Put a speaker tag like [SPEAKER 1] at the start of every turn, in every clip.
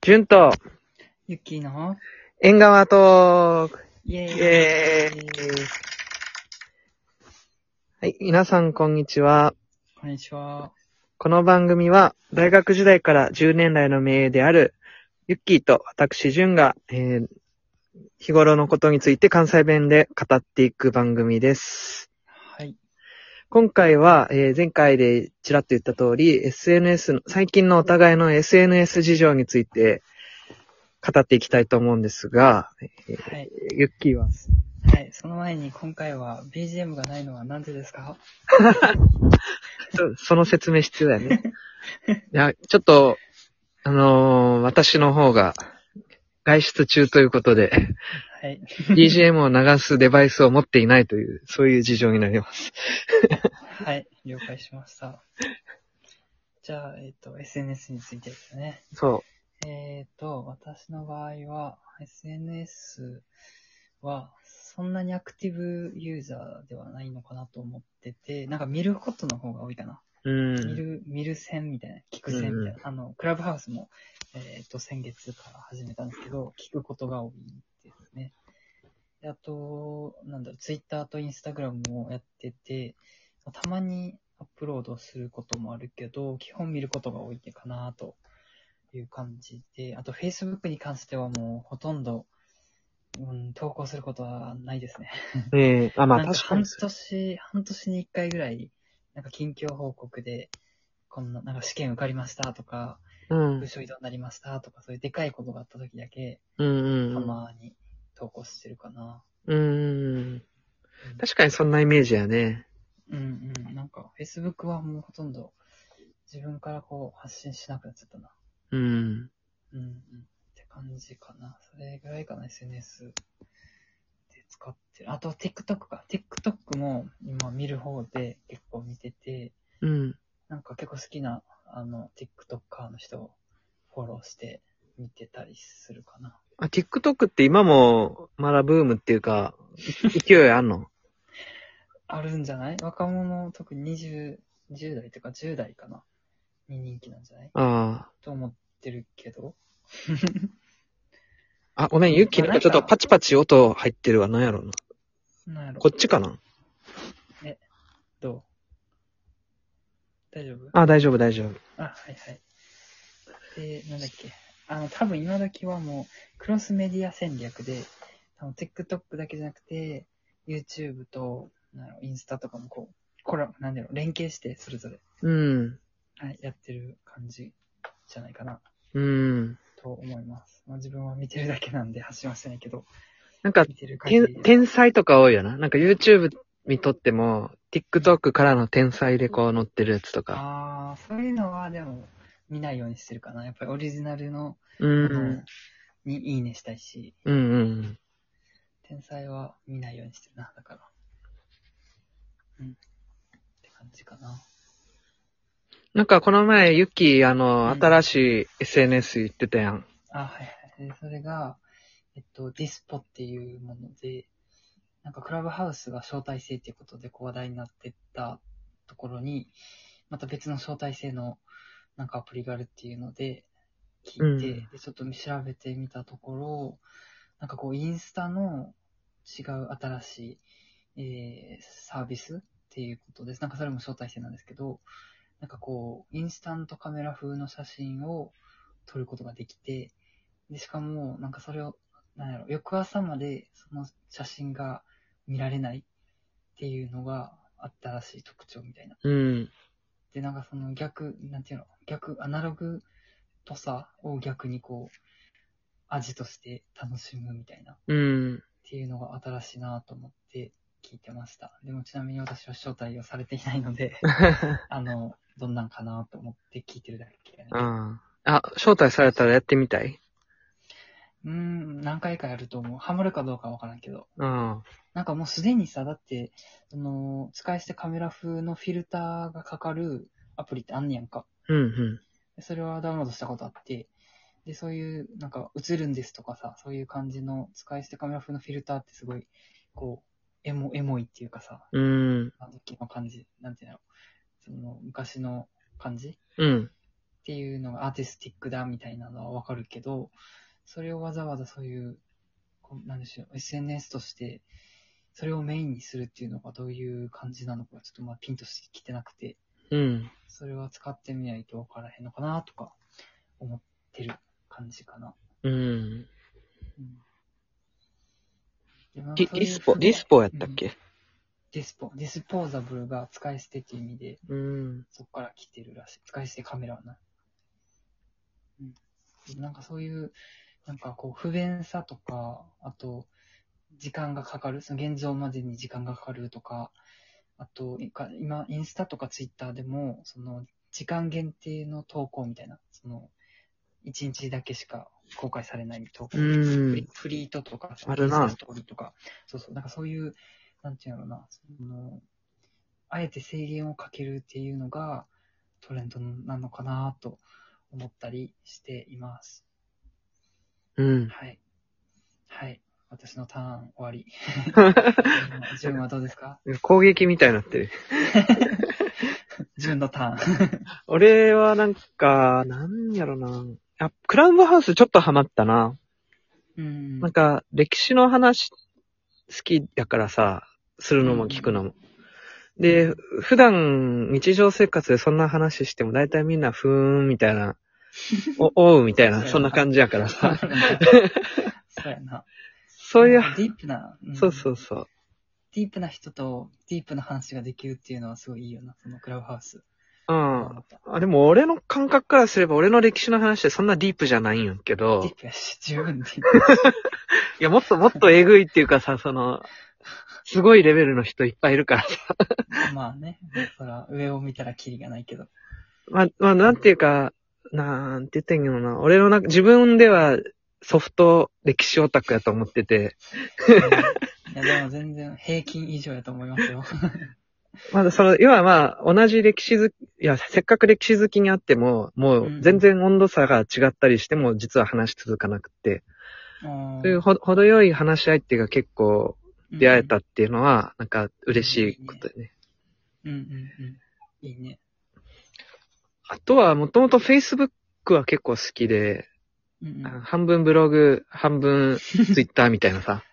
[SPEAKER 1] じゅんと、
[SPEAKER 2] ゆきの、
[SPEAKER 1] 縁側トーク。
[SPEAKER 2] イェーイ
[SPEAKER 1] イ。ェーイ。はい、皆さんこんにちは。
[SPEAKER 2] こんにちは。
[SPEAKER 1] この番組は、大学時代から10年来の名友である、ゆっきーと私、じゅんが、えー日頃のことについて関西弁で語っていく番組です。
[SPEAKER 2] はい。
[SPEAKER 1] 今回は、えー前回でちらっと言った通り、SNS の、最近のお互いの SNS 事情について語っていきたいと思うんですが、えー
[SPEAKER 2] はい。
[SPEAKER 1] ユッキーは、
[SPEAKER 2] はい。その前に今回は BGM がないのはなんでですか
[SPEAKER 1] そその説明必要だよね。いや、ちょっと、あのー私の方が、外出中ということで、
[SPEAKER 2] はい。
[SPEAKER 1] BGM を流すデバイスを持っていないという、そういう事情になります。
[SPEAKER 2] はい。了解しました。じゃあ、えっ、と、SNS についてですね。
[SPEAKER 1] そ
[SPEAKER 2] えっ、と、私の場合は、SNS は、そんなにアクティブユーザーではないのかなと思ってて、なんか見ることの方が多いかな。
[SPEAKER 1] う。う
[SPEAKER 2] 見
[SPEAKER 1] ん。
[SPEAKER 2] る、見る線みたいな、聞く線みたいな。あの、クラブハウスも、えっ、と、先月から始めたんですけど、聞くことが多いですね。であと、なんだろう、ツイッターとインスタグラムもやってて、たまにアップロードすることもあるけど、基本見ることが多いかなという感じで、あと Facebook に関してはもうほとんど、うん、投稿することはないですね。
[SPEAKER 1] ええあ、ま
[SPEAKER 2] な
[SPEAKER 1] あ
[SPEAKER 2] んか
[SPEAKER 1] 確か
[SPEAKER 2] 半
[SPEAKER 1] に。
[SPEAKER 2] 年、半年に一回ぐらい、なんか近況報告で、こんな、なんか試験受かりましたとか、
[SPEAKER 1] うん。う
[SPEAKER 2] 部
[SPEAKER 1] ん
[SPEAKER 2] 署移動になりましたとか、そういうでかいことがあった時だけ、た
[SPEAKER 1] うん
[SPEAKER 2] まに投稿してるかな。
[SPEAKER 1] うん。うん。
[SPEAKER 2] うん
[SPEAKER 1] 確かにそんなイメージやね。
[SPEAKER 2] うんうん。なんか、Facebook はもうほとんど、自分からこう発信しなくなっちゃったな。
[SPEAKER 1] うん。
[SPEAKER 2] うんうん。って感じかな。それぐらいかな、SNS で使ってる。あと、TikTok か。TikTok も今見る方で結構見てて、
[SPEAKER 1] うん。
[SPEAKER 2] なんか結構好きな、あの、TikToker の人をフォローして見てたりするかな。
[SPEAKER 1] あ、TikTok って今も、まだブームっていうか、勢い あんの
[SPEAKER 2] あるんじゃない若者、特に20、10代とか10代かな。に人気なんじゃない
[SPEAKER 1] あ
[SPEAKER 2] と思ってるけど。
[SPEAKER 1] あ。あ、ごめん、ユッキーなんかちょっとパチパチ音入ってるわ。なんやろうな。
[SPEAKER 2] なんやろ
[SPEAKER 1] こっちかな
[SPEAKER 2] どう大丈夫
[SPEAKER 1] あ、大丈夫、大丈夫。
[SPEAKER 2] あ、はいはい。で、なんだっけ。あの、多分今時はもう、クロスメディア戦略で、あの TikTok だけじゃなくて、YouTube と、なのインスタとかもこう、コラ、なんだろう、連携して、それぞれ、
[SPEAKER 1] うん。
[SPEAKER 2] はい、やってる感じじゃないかな、
[SPEAKER 1] うん。
[SPEAKER 2] と思います。まあ自分は見てるだけなんで発信はしてないけど、
[SPEAKER 1] なんか、
[SPEAKER 2] 見てる限
[SPEAKER 1] 天
[SPEAKER 2] り。
[SPEAKER 1] 天才とか多いよな。なんか YouTube 見とっても、TikTok からの天才でこう載ってるやつとか。
[SPEAKER 2] ああ、そういうのはでも、見ないようにしてるかな。やっぱりオリジナルの、
[SPEAKER 1] う
[SPEAKER 2] も
[SPEAKER 1] ん
[SPEAKER 2] の。にいいねしたいし、
[SPEAKER 1] うんうん。
[SPEAKER 2] 天才は見ないようにしてるな、だから。うん。って感じかな。
[SPEAKER 1] なんかこの前、ユッキー、あの、
[SPEAKER 2] うん
[SPEAKER 1] 新しい SNS 言ってたやん。
[SPEAKER 2] あ、はいはい。でそれが、えっと、ディスポっていうもので、なんかクラブハウスが招待制っていうことでこう話題になってったところに、また別の招待制のなんかアプリがあるっていうので、聞いて、
[SPEAKER 1] うん
[SPEAKER 2] でちょっと調べてみたところ、なんかこうインスタの違う新しい、えーサービスっていうことです。なんかそれも招待制なんですけど、なんかこう、インスタントカメラ風の写真を撮ることができて、で、しかも、なんかそれを、なんやろ、翌朝までその写真が見られないっていうのがあったらしい特徴みたいな。
[SPEAKER 1] うん。
[SPEAKER 2] で、なんかその逆、なんていうの、逆、アナログとさを逆にこう、味として楽しむみたいな。
[SPEAKER 1] うん。
[SPEAKER 2] っていうのが新しいなと思って聞いてました。でもちなみに私は招待をされていないので、 あの、どんなんかなと思って聞いてるだけ、ね。
[SPEAKER 1] あーあ、招待されたらやってみたいう
[SPEAKER 2] ーん、何回かやると思う。ハマるかどうかわからんけど。
[SPEAKER 1] あ
[SPEAKER 2] なんかもうすでにさ、だって、その、使い捨てカメラ風のフィルターがかかるアプリってあんねやんか。
[SPEAKER 1] ーうんうん。
[SPEAKER 2] でそれはダウンロードしたことあって、で、そういう、なんか、映るんですとかさ、そういう感じの使い捨てカメラ風のフィルターってすごい、こう、エモ、エモいっていうかさ、
[SPEAKER 1] うん。
[SPEAKER 2] あの時の感じ、なんていうの、その昔の感じ
[SPEAKER 1] うん。
[SPEAKER 2] っていうのがアーティスティックだみたいなのはわかるけど、それをわざわざそういう、こうなんでしょう、SNS として、それをメインにするっていうのがどういう感じなのか、ちょっとまあピンとしてきてなくて、
[SPEAKER 1] うん。
[SPEAKER 2] それは使ってみないとわからへんのかなとか思ってる感じかな。
[SPEAKER 1] うん。
[SPEAKER 2] うんでまあ
[SPEAKER 1] ディ
[SPEAKER 2] そう
[SPEAKER 1] デ
[SPEAKER 2] いう
[SPEAKER 1] ィスポ、ディスポやったっけ
[SPEAKER 2] ディスポ、ディスポーザブルが使い捨てっていう意味で、
[SPEAKER 1] うん。
[SPEAKER 2] そこから来てるらしい。使い捨てカメラはな。うん。なんかそういう、なんかこう、不便さとか、あと、時間がかかる、その現像までに時間がかかるとか、あと、いか今、インスタとかツイッターでも、その、時間限定の投稿みたいな、その、一日だけしか公開されない投稿。
[SPEAKER 1] うん
[SPEAKER 2] フリフリートとか、
[SPEAKER 1] あるな
[SPEAKER 2] インスタストーリーとか、そうそう、なんかそういう、なんていうのな、その、あえて制限をかけるっていうのがトレンドなのかなと思ったりしています。
[SPEAKER 1] うん。
[SPEAKER 2] はい。はい。私のターン終わ り。ジュンはどうですか
[SPEAKER 1] 攻撃みたいになってる。
[SPEAKER 2] ジュンのターン。
[SPEAKER 1] 俺はなんか、なんやろな。あ、クラウドハウスちょっとハマったな。
[SPEAKER 2] うん
[SPEAKER 1] なんか、歴史の話、好きやからさ、するのも聞くのも。で、普段、日常生活でそんな話しても、大体みんな、ふーん、みたい な、お、おう、みたいな、そんな感じやから
[SPEAKER 2] そう
[SPEAKER 1] さ。
[SPEAKER 2] やな。 そ
[SPEAKER 1] そう
[SPEAKER 2] うやな。
[SPEAKER 1] いう、
[SPEAKER 2] ディープな、ん
[SPEAKER 1] そうそうそう。
[SPEAKER 2] ディープな人とディープな話ができるっていうのはすごいいいよな、そのクラブハウス。
[SPEAKER 1] うん。
[SPEAKER 2] 思った
[SPEAKER 1] あ、でも俺の感覚からすれば、俺の歴史の話ってそんなディープじゃないんやけ
[SPEAKER 2] ディ
[SPEAKER 1] ど
[SPEAKER 2] ー、プやし、十分ディープ。
[SPEAKER 1] いや、もっともっとえぐいっていうかさ、その、すごいレベルの人いっぱいいるからさ。
[SPEAKER 2] まあね、そら、上を見たらキリがない けど。
[SPEAKER 1] まあ、まあ、なんていうか、なんて言ってんけどな。俺のな、自分ではソフト歴史オタクやと思ってて、
[SPEAKER 2] いや、でも全然平均以上やと思いますよ。
[SPEAKER 1] まだその、要はまあ、同じ歴史好き、いや、せっかく歴史好きにあっても、もう全然温度差が違ったりしても、実は話し続かなくて、
[SPEAKER 2] うん
[SPEAKER 1] そういうほ程よい話し合いっていうか結構出会えた。っていうのは、なんか嬉しいことだね。
[SPEAKER 2] うんうんうん。いいね。
[SPEAKER 1] あとは、もともと Facebook は結構好きで、
[SPEAKER 2] うんうん。
[SPEAKER 1] あ半分ブログ、半分 Twitter みたいなさ、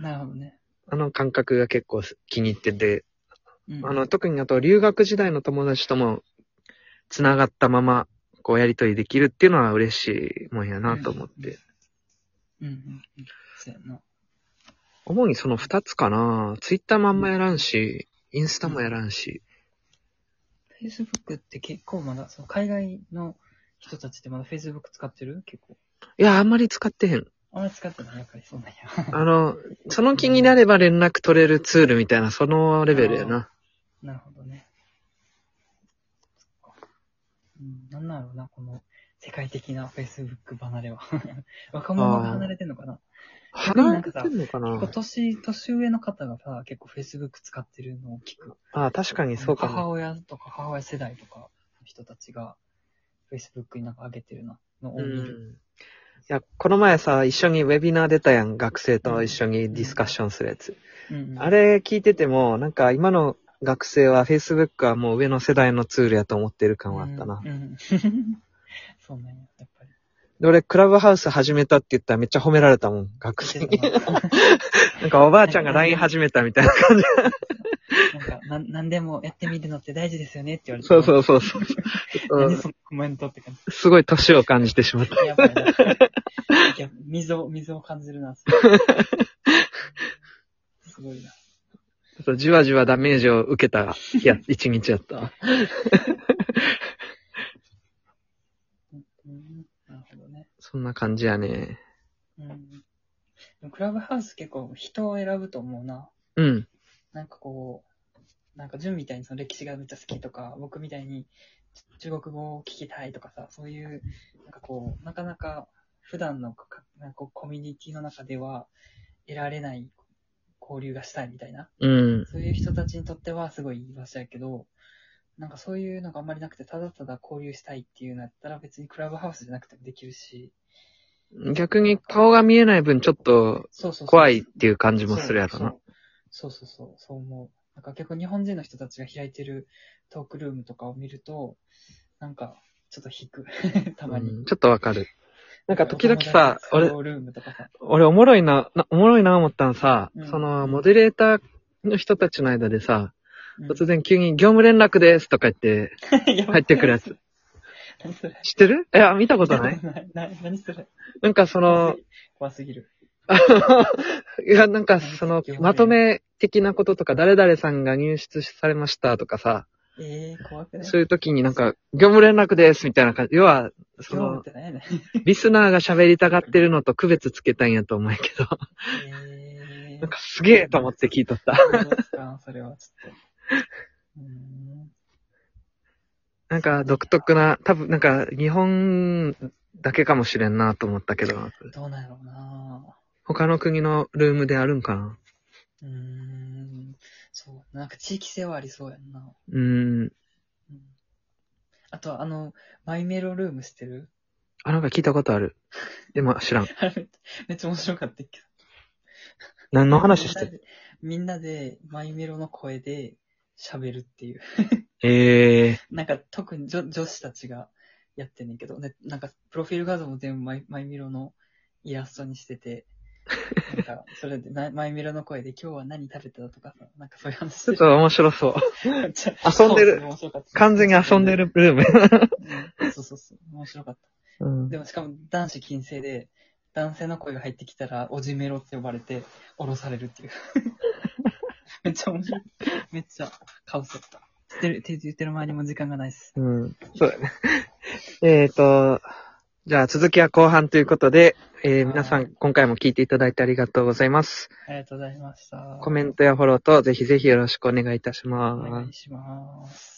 [SPEAKER 2] なるほどね。
[SPEAKER 1] あの感覚が結構気に入ってて、
[SPEAKER 2] うん
[SPEAKER 1] あの、特にあと留学時代の友達とも繋がったまま、こうやりとりできるっていうのは嬉しいもんやなと思って。
[SPEAKER 2] うんうんうん。そうやな。
[SPEAKER 1] 主にその二つかな。Twitter もあんまやらんし、インスタもやらんし。
[SPEAKER 2] Facebook って結構まだ、その海外の人たちってまだ Facebook 使ってる結構。
[SPEAKER 1] いや、あんまり使ってへん。
[SPEAKER 2] あんまり使ってない、やっぱりそうなんや。
[SPEAKER 1] あの、その気になれば連絡取れるツールみたいな、そのレベルやな。
[SPEAKER 2] なるほどね。そっかうん、なんなんやろうな、この世界的な Facebook 離れは。 若者が離れてんのかな
[SPEAKER 1] 離れてんのかな
[SPEAKER 2] 今年、年上の方がさ、結構 Facebook 使ってるのを聞く。
[SPEAKER 1] ああ、確かにそうか
[SPEAKER 2] 母
[SPEAKER 1] も。
[SPEAKER 2] 親とか母親世代とかの人たちが Facebook になんか上げてるな、のを
[SPEAKER 1] う
[SPEAKER 2] 見
[SPEAKER 1] ん。
[SPEAKER 2] る。
[SPEAKER 1] いや、この前さ、一緒にウェビナー出たやん。学生と一緒にディスカッションするやつ。
[SPEAKER 2] うんうん
[SPEAKER 1] あれ聞いてても、なんか今の学生は Facebook はもう上の世代のツールやと思ってる感はあったな。
[SPEAKER 2] うんうんそうなんや、やっぱり。
[SPEAKER 1] で、俺、クラブハウス始めたって言ったらめっちゃ褒められたもん、学生
[SPEAKER 2] 言っ
[SPEAKER 1] に。
[SPEAKER 2] てたな
[SPEAKER 1] なんかおばあちゃんが LINE 始めたみたいな感じ。
[SPEAKER 2] なんか、なんなんでもやってみるのって大事ですよねって言われて。
[SPEAKER 1] そうそうそうそう。ち
[SPEAKER 2] 何
[SPEAKER 1] ょっ
[SPEAKER 2] そのコメントって感じ。
[SPEAKER 1] とすごい年を感じてしまった。
[SPEAKER 2] やばいな。いや、溝を、溝を感じるな。それすごいな。
[SPEAKER 1] そうじわじわダメージを受けた、いや、一日やったわ。
[SPEAKER 2] うん、なるほどね。
[SPEAKER 1] そんな感じやね。
[SPEAKER 2] うん。でもクラブハウス結構人を選ぶと思うな。
[SPEAKER 1] うん。
[SPEAKER 2] なんかこう、なんか純みたいにその歴史がめっちゃ好きとか、僕みたいにち中国語を聞きたいとかさ、そういう、なんかこう、なかなか普段のかなんかこうコミュニティの中では得られない交流がしたいみたいな。
[SPEAKER 1] うん。
[SPEAKER 2] そういう人たちにとってはすごいいい場所やけど、なんかそういうのがあんまりなくて、ただただ交流したいっていうのやったら別にクラブハウスじゃなくてもできるし、
[SPEAKER 1] 逆に顔が見えない分ちょっと
[SPEAKER 2] そうそうそう
[SPEAKER 1] 怖いっていう感じもするやろな。
[SPEAKER 2] そうそうそうそう、そう思う。なんか逆に日本人の人たちが開いてるトークルームとかを見ると、なんかちょっと引く。 たまに。
[SPEAKER 1] うんちょっとわかる。なんか時々さ、
[SPEAKER 2] お友
[SPEAKER 1] 俺
[SPEAKER 2] 達の、ルームとかさ。
[SPEAKER 1] 俺おもろいな、なおもろいな思ったのさ、
[SPEAKER 2] うん
[SPEAKER 1] その、モデレーターの人たちの間でさ、
[SPEAKER 2] うん
[SPEAKER 1] 突然急に業務連絡ですとか言って入ってくるや。
[SPEAKER 2] や
[SPEAKER 1] つ。
[SPEAKER 2] ばい何それ
[SPEAKER 1] 知ってるいや、見たことない
[SPEAKER 2] な何それ
[SPEAKER 1] なんかその、
[SPEAKER 2] 怖すぎる。
[SPEAKER 1] いや、なんかその
[SPEAKER 2] 業務連、絡
[SPEAKER 1] まとめ的なこととか、誰々さんが入室されましたとかさ、
[SPEAKER 2] ええー、怖くない
[SPEAKER 1] そういう時になんか、業務連絡ですみたいな感じ。要は、そ
[SPEAKER 2] 今日
[SPEAKER 1] の
[SPEAKER 2] っ、てないね。
[SPEAKER 1] リスナーが喋りたがってるのと区別つけたんやと思うんやけど、
[SPEAKER 2] え
[SPEAKER 1] なんかすげえと思って聞いとった。
[SPEAKER 2] ー、どうですかそれはち ょっと。うーん
[SPEAKER 1] なんか独特な、多分なんか日本だけかもしれんなと思ったけど、
[SPEAKER 2] どうなんやろうな
[SPEAKER 1] 他の国のルームであるんかな
[SPEAKER 2] うーん。そう。なんか地域性はありそうやんな。
[SPEAKER 1] うーん。
[SPEAKER 2] うん、あとは、あの、マイメロルーム知ってる
[SPEAKER 1] あ、なんか聞いたことある。でも知らん。
[SPEAKER 2] あれめっちゃ面白かったっけど。
[SPEAKER 1] 何の話してる
[SPEAKER 2] るみんなで、マイメロの声で喋るっていう。
[SPEAKER 1] ええ
[SPEAKER 2] なんか特に女女子たちがやってんねんけど、ね、なんかプロフィール画像も全部マイマイミロのイラストにしてて、なんかそれでなマイミロの声で今日は何食べたとかさ、なんかそういう話し
[SPEAKER 1] ちょ
[SPEAKER 2] て
[SPEAKER 1] っと面白そう。
[SPEAKER 2] めっちゃ
[SPEAKER 1] 遊んでる
[SPEAKER 2] そう面白かった
[SPEAKER 1] 完全に遊んでるルーム。
[SPEAKER 2] うん そうそうそう、面白かっ
[SPEAKER 1] うん
[SPEAKER 2] た。でもしかも男子禁制で、男性の声が入ってきたら、おじメロって呼ばれて、降ろされるっていう。 めっちゃ面白い。めっちゃカオスだった。言ってる、って言ってる間にも時間がないです。
[SPEAKER 1] うん。そうだね。えっと、じゃあ続きは後半ということで、えー皆さん今回も聞いていただいてありがとうございます。
[SPEAKER 2] ありがとうございました。
[SPEAKER 1] コメントやフォローとぜひぜひよろしくお願いいたし
[SPEAKER 2] お
[SPEAKER 1] ます
[SPEAKER 2] 願い。します。